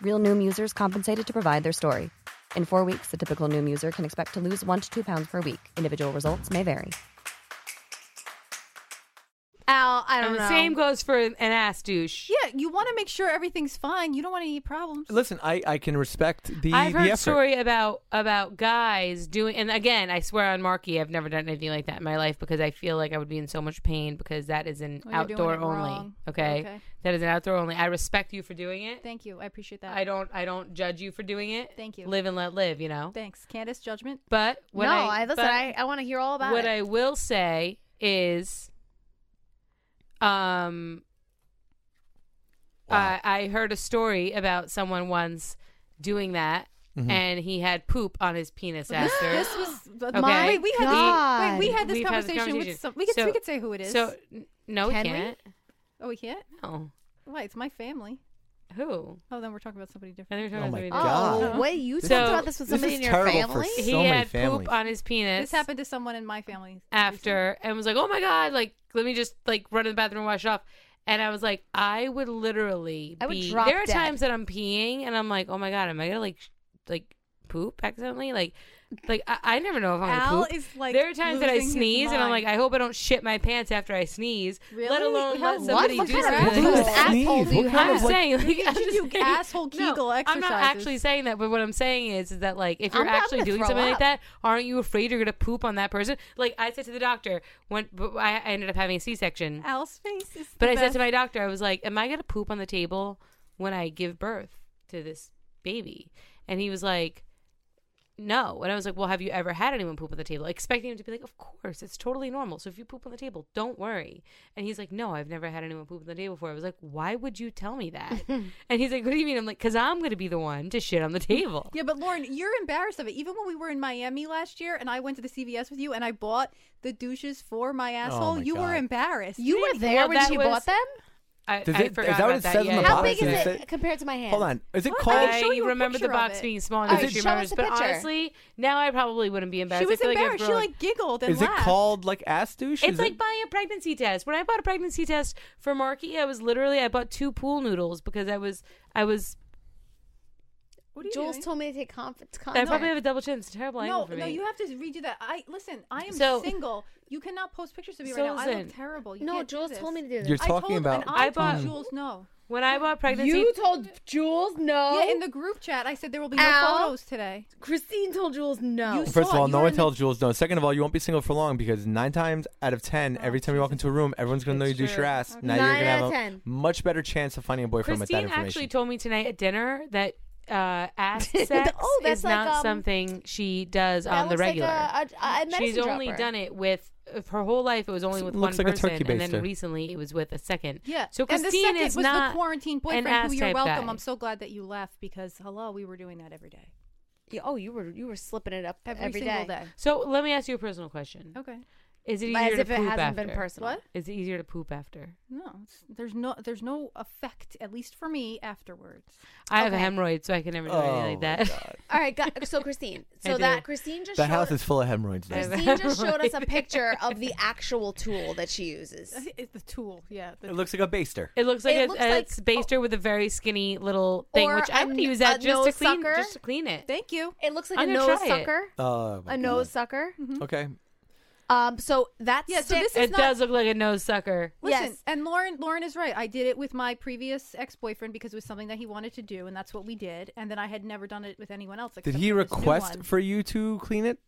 E: Real Noom users compensated to provide their story. In four weeks, the typical Noom user can expect to lose one to two pounds per week. Individual results may vary.
C: Al, I don't
D: And
C: know.
D: the same goes for an an ass douche.
B: Yeah, you want to make sure everything's fine. You don't want any problems.
A: Listen, I I can respect the.
D: I've
A: the
D: heard
A: effort.
D: story about about guys doing, and again, I swear on Marky, I've never done anything like that in my life because I feel like I would be in so much pain because that is an
B: Well, you're doing
D: outdoor
B: it
D: only.
B: wrong.
D: Okay?
B: Okay.
D: that is an outdoor only. I respect you for doing it.
B: Thank you, I appreciate that.
D: I don't, I don't judge you for doing it.
B: Thank you.
D: Live and let live. You know.
B: Thanks, Candace. Judgment.
D: But when
C: no,
D: I,
C: I, listen.
D: but
C: I, I want to hear all about
D: what
C: it.
D: I will say is, um,
A: Wow.
D: I, I heard a story about someone once doing that,
A: Mm-hmm.
D: and he had poop on his penis after.
B: This was
D: Okay.
B: my. Wait, we had
C: God.
B: this, wait, we had this
D: We've had this
B: conversation
D: conversation.
B: with some. We could
D: So-
B: we could say who it is.
D: So n- no,
C: Can
D: we
C: we?
D: can't.
B: oh, we can't.
D: No,
B: Why? It's my family.
D: who?
B: Oh, then we're talking about somebody different.
D: I think we're
A: Oh
D: talking
A: my
D: about somebody
A: God.
C: oh, wait, you
A: This
C: talked
D: is-
C: about this with
A: this
C: somebody
A: is
C: in your
A: terrible for
C: family?
D: different.
A: So
D: he
A: many
D: had
A: families.
D: poop on his penis.
B: This happened to someone in my family
D: after and was like, "Oh my god!" Like, let me just like run to the bathroom and wash it off. And I was like, I would literally.
C: I would
D: be-
C: drop
D: There are
C: dead.
D: times that I'm peeing and I'm like, "Oh my god, am I gonna like, sh- like poop accidentally?" Like, like I, I never know if I'm gonna
B: Al
D: poop.
B: is, like,
D: there are times that I
B: losing his
D: sneeze and I'm like,
B: mind.
D: I hope I don't shit my pants after I sneeze. Let
B: Really?
D: alone
B: How-
D: let
B: what?
D: somebody
B: What
D: do
B: kind of
D: something.
B: gross
D: like that.
C: asshole do you
A: What kind
D: I'm
A: of,
C: have?
A: like,
D: saying, like,
B: you
D: I'm
B: should
D: just
B: do
D: saying-
B: asshole Kegel
D: I'm not
B: exercises.
D: actually saying that, but what I'm saying is, is that like if you're
C: I'm not
D: actually
C: gonna
D: doing
C: throw
D: something like
C: up.
D: that, aren't you afraid you're gonna poop on that person? Like I said to the doctor when but I I ended up having a C-section,
B: Al's face is.
D: but I said to my doctor, I was like, "Am I gonna poop on the table when I give birth to this baby?" And he was like, no. And I was like, well, have you ever had anyone poop on the table? Expecting him to be like, of course, it's totally normal. So if you poop on the table, don't worry. And he's like, no, I've never had anyone poop on the table before. I was like, why would you tell me that? and he's like, what do you mean? I'm like, because I'm going to be the one to shit on the table.
B: Yeah, but Lauren, you're embarrassed of it. Even when we were in Miami last year and I went to the CVS with you and I bought the douches for my asshole,
A: Oh my
B: you were
A: God.
B: embarrassed.
C: You were
D: didn't-
C: there
D: well,
C: when
D: that
C: she
D: was-
C: bought them?
D: I,
A: Does
D: I
A: it- is
D: forgot
A: that
D: about
A: what it
D: that.
A: says in
D: yeah,
A: the
D: yeah.
C: How
A: box?
C: big is
A: Is
C: it,
A: it-
C: compared to my hand?
A: Hold on. Is it
B: What?
A: called?
B: I- show you a
D: remember the
B: picture of
D: box
B: it.
D: being small
C: All
D: and
A: right,
D: I do
A: show
C: us
D: remember this,
C: the
D: but
C: picture.
D: honestly, now I probably wouldn't be embarrassed.
B: She
D: I
B: was
D: feel like if
B: embarrassed. She
D: we're, like-
B: like giggled and
A: Is it
B: laughed.
A: called like ass douche?
D: It's
A: Is
D: like
A: it-
D: buying a pregnancy test. When I bought a pregnancy test for Marky, I was literally I bought two pool noodles because I was I was
B: What are you
C: Jules
B: doing?
C: told me to take conf-
D: I probably
C: content.
D: have a double chin. It's a terrible
B: no,
D: angle for
B: no,
D: me.
B: you have to redo that. I listen. I am
D: So-
B: single. You cannot post pictures of me
D: So
B: right now. I
D: listen.
B: look terrible. You
C: No,
B: can't do
C: Jules
B: this.
C: told me to do this.
A: You're
B: I
A: talking
B: told, and
A: about.
B: I,
D: I bought- Mm.
B: told Jules no.
D: when I bought pregnancy,
C: You told Jules no.
B: Yeah, in the group chat, I said there will be no
C: Oh. Al.
B: photos today.
C: Christine told Jules
B: You-
C: no.
A: First of
B: saw it.
A: all,
B: You
A: no
B: were
A: one
B: in
A: tells Jules no. Second of all, you won't be single for long because nine times out of ten, every time you walk into a room, everyone's gonna know you
D: It's
A: douche your
D: true.
A: ass. Now
C: Nine
A: you're gonna
C: out
A: have
C: of
A: a
C: 10.
A: much better chance of finding a boyfriend
D: Christine
A: with that information.
D: actually told me tonight at dinner that uh, ass sex
C: Oh, that's
D: is
C: like,
D: not
C: um,
D: something she does
C: That
D: on the
C: looks like a-
D: regular.
C: a- a
D: She's
C: medicine
D: only
C: dropper.
D: done it with of her whole life. It was only with
A: Looks
D: one
A: like a
D: person,
A: turkey
D: and then
A: baster.
D: recently it was with a second.
B: Yeah.
D: So
B: and the
D: Christine
B: second
D: is
B: was
D: not
B: the quarantine
D: an
B: boyfriend
D: ass
B: who you're
D: type
B: welcome.
D: guy.
B: I'm so glad that you left because hello, we were doing that every day,
C: Yeah, Oh, you were you were slipping it up
B: every,
C: every
B: single day.
D: So let me ask you a personal question:
B: Okay.
D: Is it easier
C: As
D: to
C: if it
D: poop
C: hasn't
D: after?
C: been personal.
B: What?
D: Is it easier to poop after?
B: No, it's, there's no there's no effect at least for me afterwards.
D: I have
C: Okay.
D: hemorrhoids, so I can never do
A: Oh,
D: anything like
A: my
D: that.
A: God.
C: All right, got, so Christine,
D: I
C: so
D: do.
C: that Christine just
A: The
C: showed,
A: house is full of hemorrhoids. Now.
D: There's-
C: Christine just showed us a picture of the actual tool that she uses.
B: It's the tool, yeah. The,
A: It looks like a baster.
D: It looks like
C: It
D: a,
C: looks
D: a
C: like-
B: oh.
D: baster with a very skinny little thing,
C: Or
D: which I'm
C: a-
D: gonna use that
C: a
D: just to
C: nose
D: clean,
C: sucker.
D: just to clean it.
B: thank you.
C: It looks like
D: I'm
C: a
D: gonna
C: nose
D: try it.
C: sucker,
A: Oh, my
C: a
A: God.
C: nose sucker.
D: Mm-hmm.
A: Okay.
C: Um, so that's
B: Yeah, so this is
D: It
B: not-
D: does look like a nose sucker.
B: Listen,
C: Yes.
B: and Lauren Lauren is right. I did it with my previous ex boyfriend because it was something that he wanted to do, and that's what we did. And then I had never done it with anyone else.
A: Did
B: except
A: he
B: for this new
A: request
B: one.
A: for you to clean it?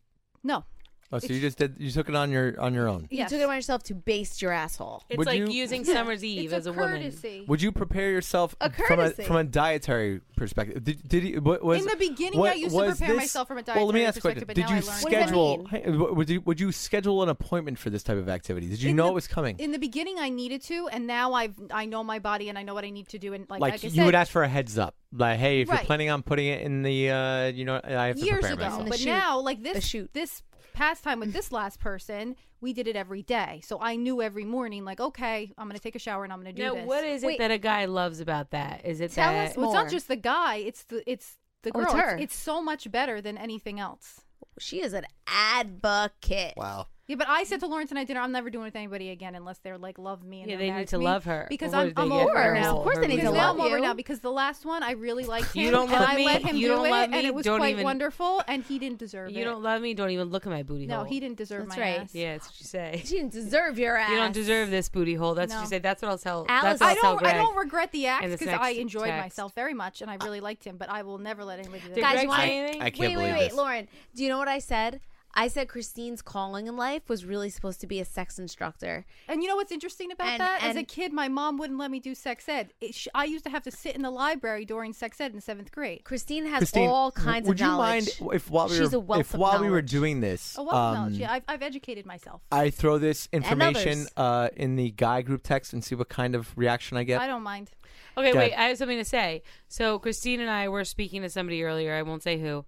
B: No,
A: Oh, so you just did. You took it on your on your own.
C: you
B: Yes.
C: took it on yourself to baste your asshole.
D: It's
A: Would
D: like
A: you-
D: using Summer's Eve
B: it's
D: as
B: a,
D: a, woman.
B: courtesy.
A: Would you prepare yourself
C: A
A: from a
C: courtesy.
A: from a dietary perspective? Did, did you what, was
B: In the beginning,
A: what
B: I used to
A: was
B: prepare
A: this-
B: myself from a
A: Well, let me
B: dietary
A: ask a question.
B: perspective, but
A: Did
B: now
A: you
B: I learned- What does that
A: schedule?
C: mean?
A: hey, w- Would you would you schedule an appointment for this type of activity? Did you
B: In
A: know
B: the-
A: it was coming?
B: in the beginning? I needed to, and now I've I know my body and I know what I need to do. And like,
A: like
B: I
A: you
B: said,
A: would ask for a heads up, like, hey, if
B: Right.
A: you're planning on putting it in the, uh, you know, I have to
B: years
A: prepare
B: ago.
A: myself.
C: The
B: But
C: shoot.
B: now, like
C: The
B: this,
C: shoot.
B: this past time with this last person, we did it every day. So I knew every morning, like, okay, I'm going to take a shower and I'm going to do
D: Now,
B: this.
D: what is it
C: Wait.
D: that a guy loves about that? Is it
C: Tell
D: that
C: us
B: Well, it's not
C: more?
B: just the guy; it's the it's the
C: Oh,
B: girl.
C: it's
B: It's,
C: her.
B: it's so much better than anything else.
C: She is an advocate.
A: Wow.
B: Yeah, but I said to Lawrence and I dinner, I'm never doing it with anybody again unless they're like love me. And
D: Yeah,
B: they're
D: they
B: mad
D: need
B: at
D: to
B: me.
D: love her.
B: because
D: Or
B: I'm,
D: they
B: I'm
D: get
B: over
D: her
B: now.
D: asshole.
C: Of course they
D: Her
C: need to
B: Because
D: vagina.
B: now
C: love
B: I'm over
C: you.
B: now because the last one I really liked him.
D: You don't
B: and
D: love
B: I
D: me,
B: Let him
D: you
B: do
D: don't
B: it,
D: love
B: and
D: me,
B: it was
D: don't
B: quite
D: even-
B: wonderful, and he didn't deserve it.
D: You don't love me. Don't even look at my booty
B: No,
D: hole.
B: he didn't deserve
C: That's
B: my
C: right.
B: ass.
D: Yeah, that's what you say.
C: She didn't deserve your ass.
D: You don't deserve this booty hole. That's what
B: No.
D: you say. That's what I'll tell.
C: Alice-
D: That's what
B: I
D: I'll tell
B: don't. I
D: Greg.
B: don't regret the act
D: in this
B: because I
D: next
B: enjoyed
D: text.
B: myself very much, and I really liked him. But I will never let anybody do that.
D: Did
C: Guys,
D: Greg
C: you wanna-
D: say anything?
A: I can't
C: wait,
A: believe
C: wait, wait,
A: this.
C: Lauren. Do you know what I said? I said Christine's calling in life was really supposed to be a sex instructor.
B: And you know what's interesting about
C: And-
B: that? As a
C: and-
B: kid, my mom wouldn't let me do sex ed. It, sh I used to have to sit in the library during sex ed in seventh grade.
C: Christine has
A: Christine,
C: all
A: w-
C: kinds
A: would
C: of knowledge.
A: you mind if while we
C: She's
A: were
C: a wealth
A: if
C: of
A: while we were
C: knowledge.
A: doing this,
B: A wealth of knowledge.
A: um,
B: Yeah, I've, I've educated myself.
A: I throw this information
C: others.
A: uh, in the guy group text and see what kind of reaction I get.
B: I don't mind.
D: Okay,
A: Go
D: wait.
A: ahead.
D: I have something to say. So Christine and I were speaking to somebody earlier. I won't say who.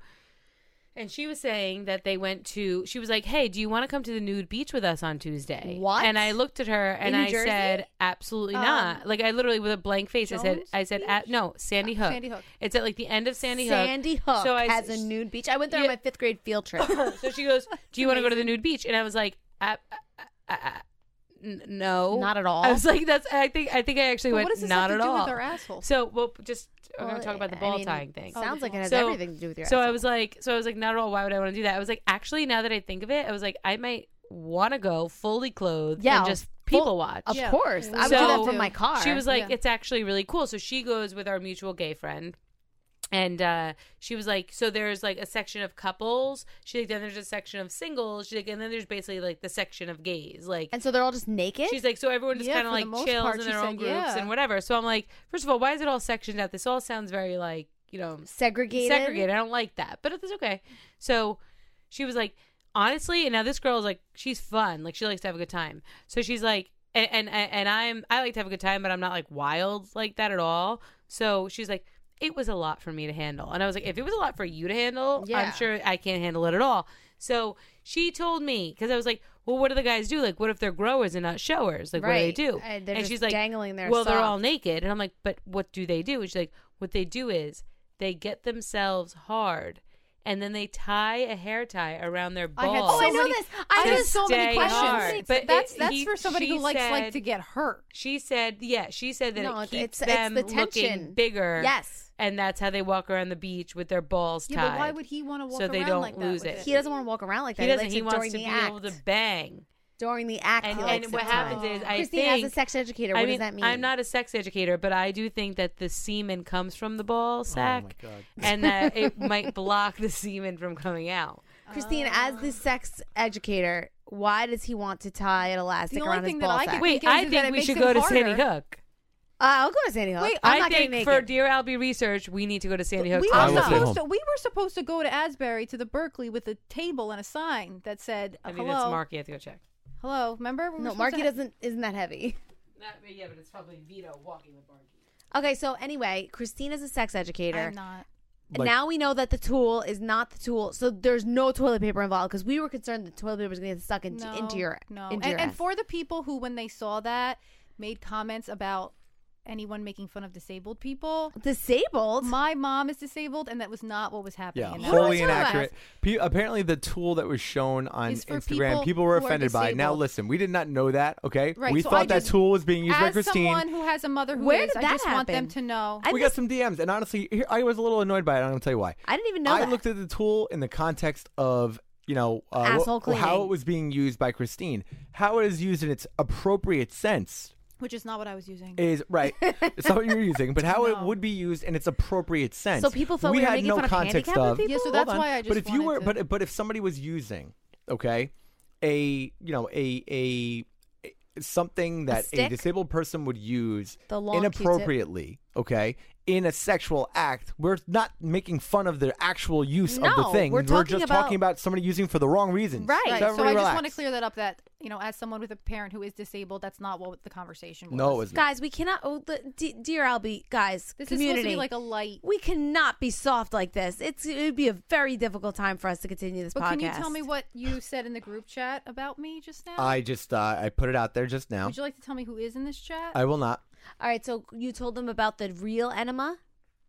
D: And she was saying that they went to. She was like, "Hey, do you want to come to the nude beach with us on Tuesday?"
C: What?
D: And I looked at her and
C: New
D: I
C: Jersey? Um,
D: said, "Absolutely not!" Like I literally, with a blank face, I said,
B: Jones
D: "I said, at, no, Sandy Hook.
B: Sandy Hook.
D: It's at like the end of Sandy Hook.
C: Uh, Sandy Hook
D: I s-
C: has a nude beach. I went there
D: Yeah.
C: on my fifth grade field trip.
D: So she goes, "Do you want to go to the nude beach?" And I was like, I, I, I, I- n- "No,
C: Not at all.
D: I was like, "That's." I think. I think I actually
B: But
D: went.
B: what does this
D: Not
B: have to
D: at
B: do
D: all.
B: with our asshole?
D: So, well, just we're
C: Well,
D: gonna talk about the
C: I
D: ball
C: mean,
D: tying thing.
C: Sounds like it has
D: So-
C: everything to do with your.
D: So I
C: asshole.
D: was like, so I was like, not at all. Why would I want to do that? I was like, actually, now that I think of it, I was like, I might want to go fully clothed
C: Yeah,
D: and just people
C: full-
D: watch.
C: of
B: Yeah.
C: course, I would
D: So-
C: do that from my car.
D: She was like,
B: Yeah.
D: it's actually really cool. So she goes with our mutual gay friend. And uh, she was like, so there's like a section of couples. She like, then there's a section of singles. She like, and then there's basically like the section of gays. Like,
C: and so they're all just naked.
D: She's like, so everyone just
B: Yeah,
D: kind
B: for
D: of
B: the
D: like
B: most
D: chills
B: part,
D: in
B: she
D: their own
B: said,
D: groups
B: yeah.
D: and whatever. So I'm like, first of all, why is it all sectioned out? This all sounds very like you know
C: Segregated.
D: segregated. I don't like that, but it's okay. So she was like, honestly, and now this girl is like, she's fun. Like she likes to have a good time. So she's like, and and, and I'm I like to have a good time, but I'm not like wild like that at all. So she's like, it was a lot for me to handle, and I was like, if it was a lot for you to handle,
C: Yeah.
D: I'm sure I can't handle it at all. So she told me because I was like. Well, what do the guys do? Like, what if they're growers and not showers? Like, what
C: Right.
D: do they do?
C: And they're just dangling their
D: Well, they're
C: sock."
D: all naked. And I'm like, but what do they do? And she's like, what they do is they get themselves hard and then they tie a hair tie around their
B: I
D: balls.
B: had
C: Oh,
B: so
C: I know
B: many,
C: this.
B: I
C: To
B: had so many
D: stay
B: questions.
D: hard. But
B: that's
D: it-
B: that's
D: he-
B: for somebody who
D: she
B: likes like
D: said-
B: to get hurt.
D: She said, yeah, she said that
C: No,
D: it
C: it's-
D: keeps
C: it's- it's
D: them
C: the tension.
D: looking bigger.
C: Yes.
D: And that's how they walk around the beach with their balls
B: Yeah,
D: tied.
B: but why would he want to walk
D: so
B: around
D: they don't
B: like
D: lose
B: that? with
D: it.
C: He doesn't want to walk around like that.
D: he doesn't.
C: likes
D: He
C: it
D: wants
C: during
D: to
C: the
D: be
C: act.
D: able to bang.
C: During the act,
D: And,
C: he likes
D: and what
C: to tie.
D: happens is, I
C: Christine
D: think
C: as a sex educator, what
D: I
C: does
D: mean,
C: that mean?
D: I'm not a sex educator, but I do think that the semen comes from the ball sack, and that it might block the semen from coming out.
C: Christine,
D: Oh.
B: Oh.
C: as the sex educator, why does he want to tie an elastic
B: The only
C: around his
B: thing that
C: ball
B: I
C: sack?
B: could-
D: Wait,
B: guys,
D: I
B: is that
D: think
B: it
D: we
B: makes
D: should
B: it
D: go to
B: harder.
D: Sandy Hook.
C: Uh, I'll go to Sandy Hook.
B: Wait,
C: I'm
D: I
C: not
D: think
C: getting naked.
D: for Dear Albie research, we need to go to Sandy Hook.
B: We
A: I
B: were
A: will stay
B: supposed
A: home.
B: to we were supposed to go to Asbury to the Berkeley with a table and a sign that said uh,
D: I think that's
B: hello.
D: Marky. I have to go check.
B: Hello, remember? We were
C: no,
B: supposed
C: Marky
B: to-
C: doesn't isn't that heavy.
D: yeah, but it's probably Vito walking with Marky.
C: Okay, so anyway, Christine is a sex educator.
B: I'm not.
A: Like-
C: now we know that the tool is not the tool, so there's no toilet paper involved because we were concerned the toilet paper was going to get stuck into,
B: no,
C: into your
B: no.
C: into
B: and,
C: your
B: and
C: ass.
B: for the people who, when they saw that, made comments about anyone making fun of disabled people.
C: disabled.
B: My mom is disabled, and that was not what was happening.
A: Yeah,
B: And that
C: was
A: wholly
C: your last?
A: inaccurate. Pe- apparently, the tool that was shown on
B: Is for
A: Instagram,
B: people
A: people, were
B: who are
A: offended by. it. Now,
B: disabled.
A: listen, we did not know that. Okay,
B: Right,
A: we
B: so
A: thought
B: I
A: that
B: just-
A: tool was being used by
B: as
A: Christine.
B: someone who has a mother who
C: Where
B: is,
C: did
B: I
C: that
B: just want them
C: happen?
B: to know.
C: I
A: we got
C: just-
A: some DMs, and honestly, here, I was a little annoyed by it. I'm gonna tell you why.
C: I didn't even know
A: I
C: that.
A: looked at the tool in the context of you know uh, wh-
C: Asshole cleaning.
A: how it was being used by Christine, how it is used in its appropriate sense
B: which is not what I was using.
A: is right. it's not what you're using, but how it would be used in its appropriate sense.
C: So people thought we were
A: had
C: making
A: no
C: fun of
A: context
C: handicapped
A: of.
C: people?
B: Yeah, so
A: Hold
B: that's
A: on.
B: why I just
A: But if you
B: wanted
A: were,
B: to-
A: but but if somebody was using, okay, a you know a a something that a,
C: stick?
A: disabled person would use
C: The long Q-tip.
A: inappropriately, okay, in a sexual act, we're not making fun of the actual use of the
C: No,
A: thing.
C: we're talking
A: just
C: about-
A: talking about somebody using for the wrong reasons.
C: Right.
B: Right.
A: So,
B: So
A: everybody
B: I just
A: uh, relax.
B: want to clear that up. That you know, as someone with a parent who is disabled, that's not what the conversation was.
A: No, it was not.
C: guys, we cannot. Oh, the, d- dear Albie, guys,
B: This
C: community,
B: is supposed to be like a light.
C: we cannot be soft like this. It's it would be a very difficult time for us to continue this
B: But
C: podcast.
B: can you tell me what you said in the group chat about me just now?
A: I just uh, I put it out there just now.
B: Would you like to tell me who is in this chat?
A: I will not.
C: All right, so you told them about the real enema.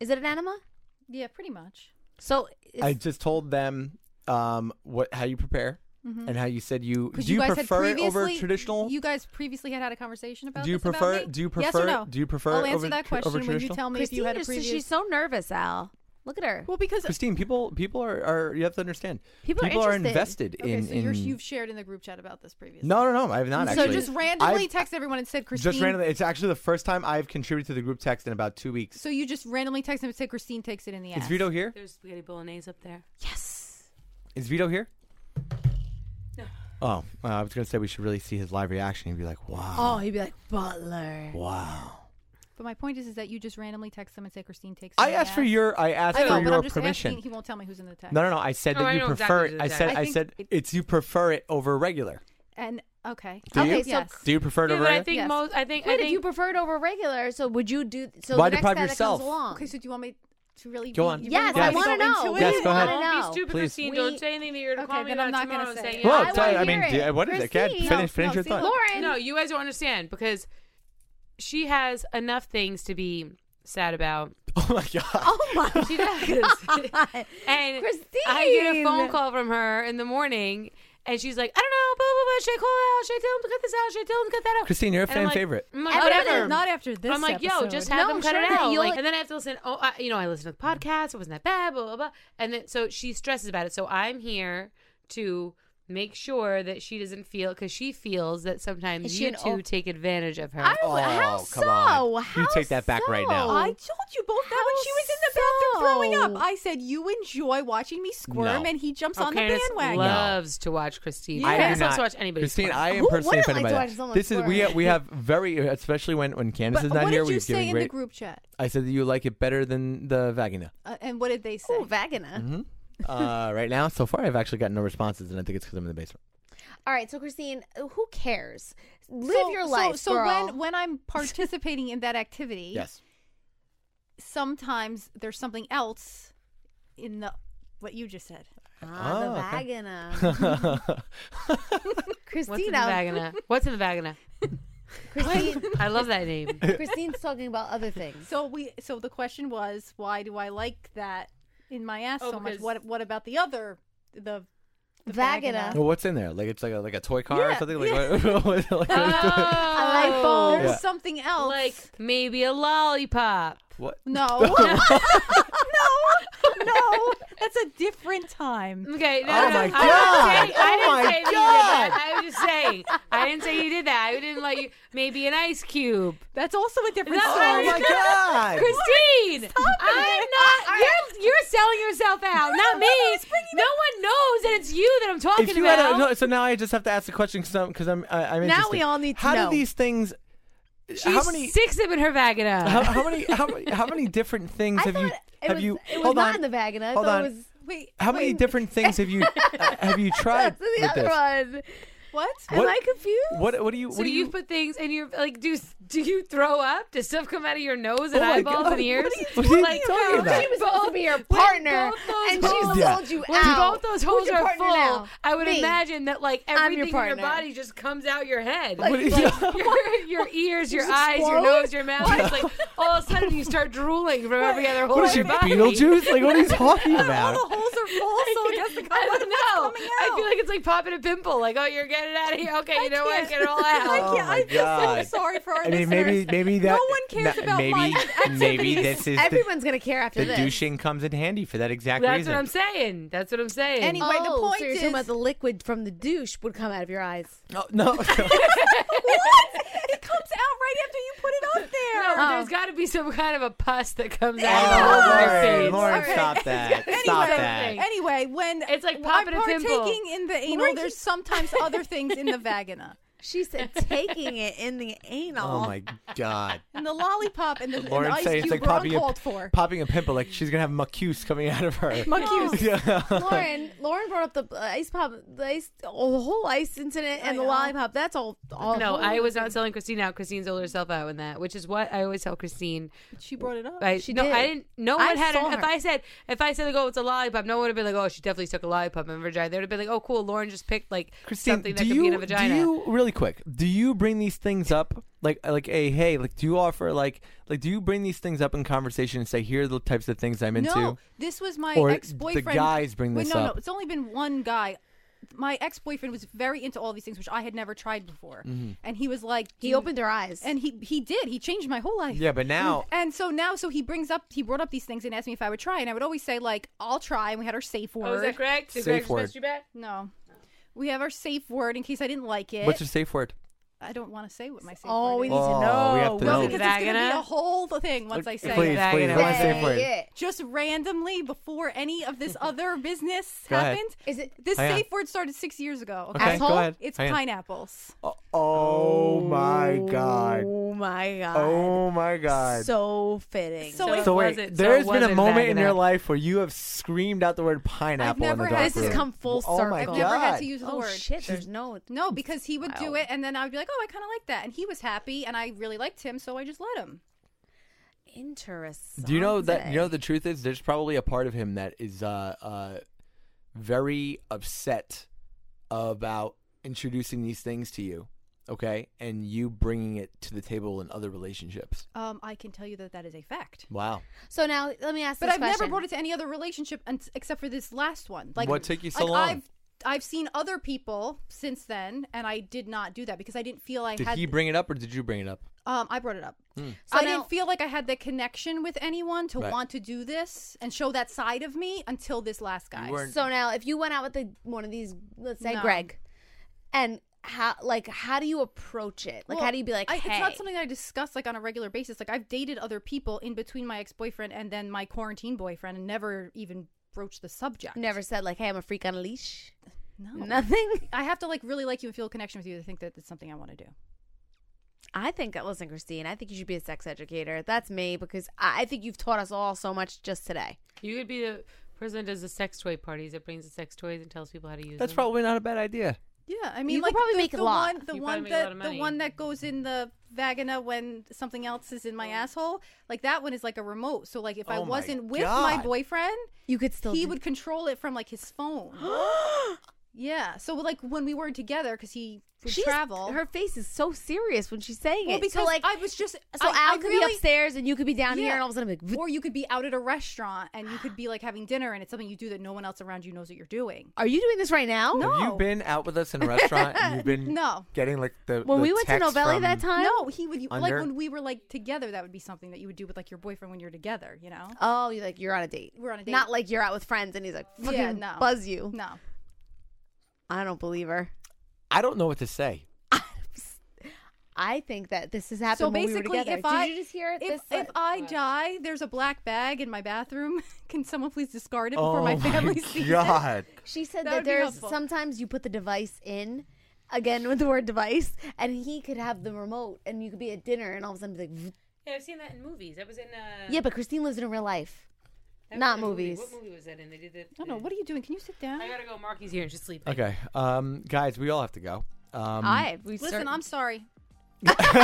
C: Is it an enema?
B: yeah, pretty much.
C: So it's,
A: I just told them um, what how you prepare and how you said you do
B: Because
A: you,
B: Mm-hmm. guys
A: prefer
B: had
A: it
B: previously,
A: over traditional.
B: You guys previously had had a conversation about.
A: Do you
B: this about
A: prefer-
B: me?
A: do you
B: Yes or
A: prefer-
B: no?
A: do you prefer
B: I'll
A: it
B: answer
A: over
B: that
A: tr- over
B: question when you
A: traditional?
B: tell me
C: Christine
B: if you had a
C: is-
B: previous.
C: she's so nervous, Al. Look at her.
B: well, because
A: Christine, people people are, are you have to understand.
C: People are interested.
A: invested
B: okay,
A: in.
B: so you're,
A: in-
B: you've shared in the group chat about this previously.
A: no, no, no. I have not
B: So
A: actually.
B: just randomly
A: I've-
B: text everyone and said Christine.
A: Just randomly. It's actually the first time I've contributed to the group text in about two weeks.
B: So you just randomly text them and say Christine takes it in the ass.
A: Is Vito here?
D: There's spaghetti bolognese up there.
C: Yes.
A: Is Vito here? No. Oh, well, I was gonna say we should really see his live reaction. He'd be like,
C: Oh,
A: "Wow,
C: he'd be like
B: Oh.
C: Butler.
A: wow."
B: But my point is, is that you just randomly text them and say Christine takes. it
A: I
B: in the
A: asked for
B: ass.
A: your I asked
B: I know,
A: for
B: but
A: your
B: I'm just
A: permission.
B: asking. He won't tell me who's in the text.
A: No, no, no. I said
D: Oh,
A: that
D: I
A: you
D: know
A: prefer
D: exactly
A: it.
D: the
A: I said
D: exact-
A: I,
B: I think
A: said
B: it-
A: it's you prefer it over regular.
B: And okay.
A: Do
C: Okay,
A: you?
C: so
B: Yes.
A: Do you prefer it
D: Yeah,
A: over
D: but I
A: regular?
D: think
B: Yes.
D: most. I think. I
C: Wait,
D: think
C: if you preferred over regular, so would you do? So
A: Why
C: the next
A: deprive
C: guy
A: yourself?
C: That comes along.
B: Okay, so do you want me to really
A: Go
B: you-
A: on.
B: you
C: Yes,
B: really
A: I
B: want me
C: wanna
B: to go
C: know.
B: into it?
A: Yes, go ahead.
C: I
D: Don't
C: know.
D: be stupid,
A: Please.
D: Christine. Don't
C: We-
D: say anything. You're gonna
B: Okay,
D: call me
B: then
D: about
B: I'm not gonna
D: tomorrow
B: say it.
D: saying
A: Well,
C: I
A: sorry,
C: wanna
A: I mean,
C: hear
A: do-
C: it.
A: what is it? Can't
C: Christine.
A: finish,
B: No,
A: finish
B: no,
A: your
B: see,
A: thought.
B: look.
C: Lauren,
D: No, you guys don't understand because she has enough things to be sad about.
A: Oh my god!
C: Oh my
D: She does.
C: god.
D: and
C: Christine.
D: I get a phone call from her in the morning, and she's like, I don't know, blah blah blah. Should I call it out? Should I tell him to cut this out? Should I tell him to cut that out?
A: Christine, you're a
D: And I'm
A: fan
D: like-
A: favorite.
D: I'm like,
C: Everybody-
D: whatever.
B: Not after this.
D: I'm like, yo,
B: episode.
D: just have
C: No,
D: them cut
C: sure
D: it
C: not.
D: out.
C: You'll-
D: Like, and then I have to listen. Oh, I, you know, I listened to the podcast. It wasn't that bad. Blah blah blah. And then so she stresses about it. So I'm here to make sure that she doesn't feel because she feels that
C: Is
D: sometimes
C: she
D: you
C: an
D: two
C: old-
D: take advantage of her.
C: I, oh, how
A: Oh,
C: so?
A: come on.
C: How
A: You take that back right now.
C: so?
A: Oh.
B: I told you both that when she was in the bathroom throwing up. I said, You enjoy watching me squirm,
A: No.
B: and he jumps
D: Oh,
B: on the
D: Candace
B: bandwagon.
D: loves to watch Christine.
A: I do
D: Candace
A: not-
D: loves to watch anybody.
A: Christine,
D: squirt.
A: I am
C: Who
A: personally
C: wouldn't
A: offended
C: like
A: by
C: to watch
A: that.
C: someone
A: This is we
C: squirt?
A: we have very especially when when Candace
B: But
A: is not
B: what
A: here.
B: did you
A: we've given
B: say in
A: great.
B: the group chat?
A: I said that you like it better than the vagina.
B: Uh, and what did they say?
C: Ooh, vagina.
A: Uh, right now, so far, I've actually gotten no responses, and I think it's because I'm in the basement.
C: All right, so Christine, who cares? Live
B: So-
C: your life,
B: So, so
C: girl.
B: when when I'm participating in that activity,
A: Yes.
B: sometimes there's something else in the what you just said.
C: ah, the
A: Oh, okay.
C: vagina.
D: What's in the
C: Christina,
D: vagina? What's in the vagina?
C: Christine,
D: I love that name.
C: Christine's talking about other things.
B: So we so the question was, why do I like that in my ass
D: Oh,
B: so much?
D: because-
B: What what about the other the the
C: Vagina.
A: well, what's in there? Like it's like a like a toy car or
B: Yeah,
A: something. Like, what, what- like,
D: Uh, Oh,
B: There's
A: Yeah.
B: something else.
D: like maybe a lollipop.
A: what?
B: no. no. No. That's a different time.
D: Okay. No,
A: Oh
D: no,
A: my
D: no. I
A: God.
D: didn't say, I
A: Oh
D: didn't
A: my
D: say that you did that. I was just saying. I didn't say you did that. I didn't let you. Maybe an ice cube.
B: That's also a different
D: That's what
A: Oh
B: time.
A: my god!
D: Christine, I'm not. You're you're selling yourself out, not me. No one knows that it's you that I'm talking
A: if you
D: about.
A: had a, no, so now I just have to ask the question because I'm I, I'm
C: Now
A: interested.
C: we all need to
A: how
C: know.
A: do these things?
D: She's
A: how many?
D: six up in her vagina.
A: How, how many? How, many- how many different things
C: I
A: have
C: thought
A: you?
C: it
A: have
C: was,
A: you?
C: It was
A: hold
C: not
A: on.
C: in the vagina. I
A: Hold
C: thought
A: on.
C: it was.
B: Wait.
A: How many
B: wait,
A: different things have you uh, have you tried
C: That's the
A: with
C: other
A: this?
C: one.
B: What?
A: What-
C: Am I confused?
A: What what do you
D: so
A: what do
D: you,
A: you,
D: put things in your like? Do do you throw up? Does stuff come out of your nose and
A: Oh my
D: eyeballs
A: God.
D: and ears?
A: What are you talking
D: when
A: about?
C: She was supposed to be your
D: when
C: partner,
D: both those
C: and she
D: holes-
C: sold
A: Yeah.
C: you
D: When
C: out.
D: both those
C: Who's
D: holes
C: your
D: are
C: partner
D: full,
C: now?
D: I would
C: Me.
D: imagine that like
C: I'm your
D: everything in your
C: partner.
D: body just comes out your head.
A: What do you-
D: Like, your, your ears, your
C: Does it
D: eyes, your
C: explode?
D: nose, your mouth. It's like all of a sudden you start drooling from every other hole
A: what is
D: in
A: she
D: your body.
A: Beetlejuice? Like what are you talking
B: All
A: about?
B: the holes are full, so I guess the
D: I don't know.
B: coming
D: I
B: out.
D: feel like it's like popping a pimple. Like, oh, you're getting it out of here. Okay, you know what? Get it all
B: I
D: out.
A: Oh
B: can't.
A: my
B: I feel
A: God.
B: so sorry for our
A: I mean,
B: listeners.
A: maybe maybe that
B: No one cares
A: na-
B: about
A: maybe
B: my
A: maybe
B: activities.
A: this is the,
C: Everyone's gonna care after
A: the
C: this.
A: douching comes in handy for that exact
D: That's
A: reason.
D: what I'm saying. That's what I'm saying.
B: Any-
C: Oh,
B: Wait, the point
C: so you're talking
B: is-
C: about the liquid from the douche would come out of your eyes.
A: No, no. Oh,
B: What? It comes out right after you put it up there.
D: no, but
C: Oh.
D: there's got to be some kind of a pus that comes out of the hole in
A: Lauren,
D: your face.
A: Lauren,
B: Okay.
A: stop that! Stop
B: Anyway.
A: that!
B: Anyway, when
D: It's like
B: when
D: popping
B: I'm
D: a pimple.
B: partaking in the anal, there's sometimes other things in the vagina,
C: She said taking it in the anal.
A: Oh my god!
B: and the lollipop and the, and the
A: Lauren's
B: ice
A: saying
B: cube
A: it's like
B: were
A: popping a,
B: uncalled for.
A: popping a pimple. Like she's gonna have mucus coming out of her.
B: Monkeys.
A: Yeah.
C: Lauren, Lauren brought up the uh, ice pop, the ice, oh, the whole ice incident, and
B: I
C: the
B: know.
C: lollipop. That's all. all
D: No,
C: whole-
D: I was not selling Christine out. Christine sold herself out in that, which is what I always tell Christine.
B: She brought it up.
D: I,
C: She
D: no,
C: did.
D: I didn't. No
C: I
D: one had.
C: saw
D: An, if
C: her.
D: I said, if I said, like, oh, it's a lollipop, no one would have been like, oh, she definitely took a lollipop in her vagina. They would have been like, oh, cool. Lauren just picked like
A: Christine,
D: something that
A: do
D: could
A: you
D: be in a vagina.
A: do you really quick? Do you bring these things up like like hey hey like do you offer like like do you bring these things up in conversation and say here are the types of things I'm into?
B: No, this was my
A: Or the
B: ex-boyfriend.
A: guys bring
B: Wait,
A: this
B: no,
A: up.
B: No, it's only been one guy. My ex-boyfriend was very into all these things, which I had never tried before,
A: Mm-hmm.
B: and he was like,
C: He
B: "Do you-
C: opened her eyes.
B: and he he did. He changed my whole life.
A: Yeah, but now-
B: and so now, so he brings up, he brought up these things and asked me if I would try, and I would always say like, "I'll try," and we had our safe word.
D: Oh, is that correct?
A: Safe
D: Did Greg just
A: word.
D: message you back?
B: No, we have our safe word in case I didn't like it.
A: What's your safe word?
B: I don't want to say what my safe
C: oh,
B: word
C: we
B: is.
C: need to
A: Oh,
C: know.
A: we have to
B: well,
A: know.
B: because it's gonna be
D: Vagina?
B: a whole thing once I say
A: please,
B: it.
A: please,
D: Vagina.
A: I want a safe
C: Say
A: word.
C: it.
B: Just randomly before any of this other business
A: Go ahead.
B: happened.
C: Is it-
B: this
A: Hang on.
B: safe word started six years ago?
A: Okay,
C: Asshole?
A: go ahead.
B: It's
A: Hang on.
B: pineapples.
A: Oh, oh my god!
C: Oh my god.
A: Oh my god!
C: So fitting.
B: So
D: So
B: it-
A: So
D: it
A: wait,
D: wasn't- so
A: there has
D: it
A: been a
D: wasn't
A: moment in
D: vagina.
A: your life where you have screamed out the word pineapple
B: never
A: in the
B: had-
A: dark
B: This has
A: room.
C: come full
A: oh My
C: circle.
A: god.
B: I've never had to use the
C: oh
B: word.
C: shit. There's no.
B: No, because he would do
C: Wow.
B: it, and then I would be like, "Oh, I kind of like that," and he was happy, and I really liked him, so I just let him.
C: Interesting.
A: Do you know that you know the truth is there's probably a part of him that is uh uh very upset about introducing these things to you, okay? And you bringing it to the table in other relationships.
B: Um, I can tell you that that is a fact.
A: Wow.
C: So now let me ask.
B: But
C: this
B: I've
C: question.
B: never brought it to any other relationship un- except for this last one. Like
A: What took you so
B: like,
A: long?
B: I've I've seen other people since then, and I did not do that because I didn't feel I
A: Did
B: had.
A: he bring it up or did you bring it up?
B: um, I brought it up.
C: So
B: I
C: now-
B: didn't feel like I had the connection with anyone to
A: Right.
B: want to do this and show that side of me until this last guy.
A: You weren't-
C: So now, if you went out with the, one of these, let's say
B: No.
C: Greg, and how like how do you approach it? Like how
B: Well,
C: do you be like,
B: I,
C: hey,
B: It's not something that I discuss like on a regular basis. Like I've dated other people in between my ex boyfriend and then my quarantine boyfriend, and never even broached the subject.
C: never said like, hey, I'm a freak on a leash.
B: No.
C: Nothing.
B: I have to like really like you and feel a connection with you to think that it's something I want to do.
C: I think that listen, Christine. I think you should be a sex educator. That's me because I, I think you've taught us all so much just today.
D: You could be the person that does the sex toy parties that brings the sex toys and tells people how to use
A: That's
D: them.
A: probably not a bad idea.
B: Yeah, I mean,
C: You could
B: like
C: probably
B: the,
C: make a
B: the one,
C: lot.
B: the
D: You probably
B: one
D: make a lot
B: that
D: of
B: the
D: money.
B: one that goes in the vagina when something else is in my asshole. Like that one is like a remote. So like if I
A: Oh my
B: wasn't with my
A: God.
B: boyfriend,
C: You could still.
B: he
C: do-
B: would control it from like his phone. yeah. So like when we weren't together, because he would
C: She's-
B: travel.
C: Her face is so serious when she's saying
B: well,
C: it.
B: because
C: so like,
B: I was just
C: so
B: I,
C: Al
B: I
C: could
B: really-
C: be upstairs and you could be down here,
B: Yeah.
C: and all of a sudden, I'm like,
B: Or you could be out at a restaurant and you could be like having dinner and it's something you do that no one else around you knows that you're doing.
C: are you doing this right now?
B: No.
A: Have you been out with us in a restaurant and you've been
B: No.
A: getting like the
C: When
A: the
C: we went to
A: text
C: Novelli
A: from-
C: that time.
B: No, he would like
A: Under?
B: when we were like together. That would be something that you would do with like your boyfriend when you're together. You know?
C: Oh, you like you're on a date.
B: We're on a date.
C: Not like you're out with friends and he's like fucking
B: Yeah, no.
C: buzz you.
B: No.
C: I don't believe her.
A: I don't know what to say.
C: I think that this has happened.
B: So
C: when we were
B: basically,
C: together.
B: if I
C: did you just hear
B: if,
C: this?
B: if I die, there's a black bag in my bathroom. Can someone please discard it before Oh my family sees it?
A: Oh God.
C: she said
B: that
C: that
B: would be
C: there's
B: helpful.
C: sometimes you put the device in. Again with the word device, and he could have the remote, and you could be at dinner, and all of a sudden be like, "Vroom."
D: Yeah, I've seen that in movies. That was in. Uh,
C: "Yeah, but Christine lives in real life."
D: that was
C: not
D: in a movie.
C: movies.
D: What movie was that in? They did that.
B: I don't know. What are you doing? Can you sit down?
D: I gotta go. Marky's here and she's sleeping.
A: Okay. Um, guys, we all have to go. Um,
C: I we
B: Listen, I'm sorry.
A: dear
C: Christine.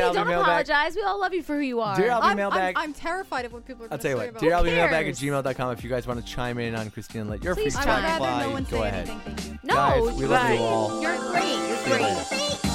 A: Albie
C: Don't
A: Mailbag-
C: apologize. We all love you for who you are.
A: Dear Albie
B: I'm, I'm,
A: Mailbag.
B: I'm terrified of what people are
A: I'll
B: going
A: tell
B: to say
A: you what.
B: about
A: Dear
B: me.
A: Albie Mailbag at
C: cares?
A: gmail.com if you guys want to chime in on Christine and let your
C: Please
A: freak
B: I
C: try.
B: would
A: flag
B: rather
A: fly.
B: no one
A: go
B: say
A: ahead.
B: anything. Thank you.
C: no,
A: Guys, we love you
C: Christine,
A: all.
C: You're great. You're
A: See you
C: great.
A: later.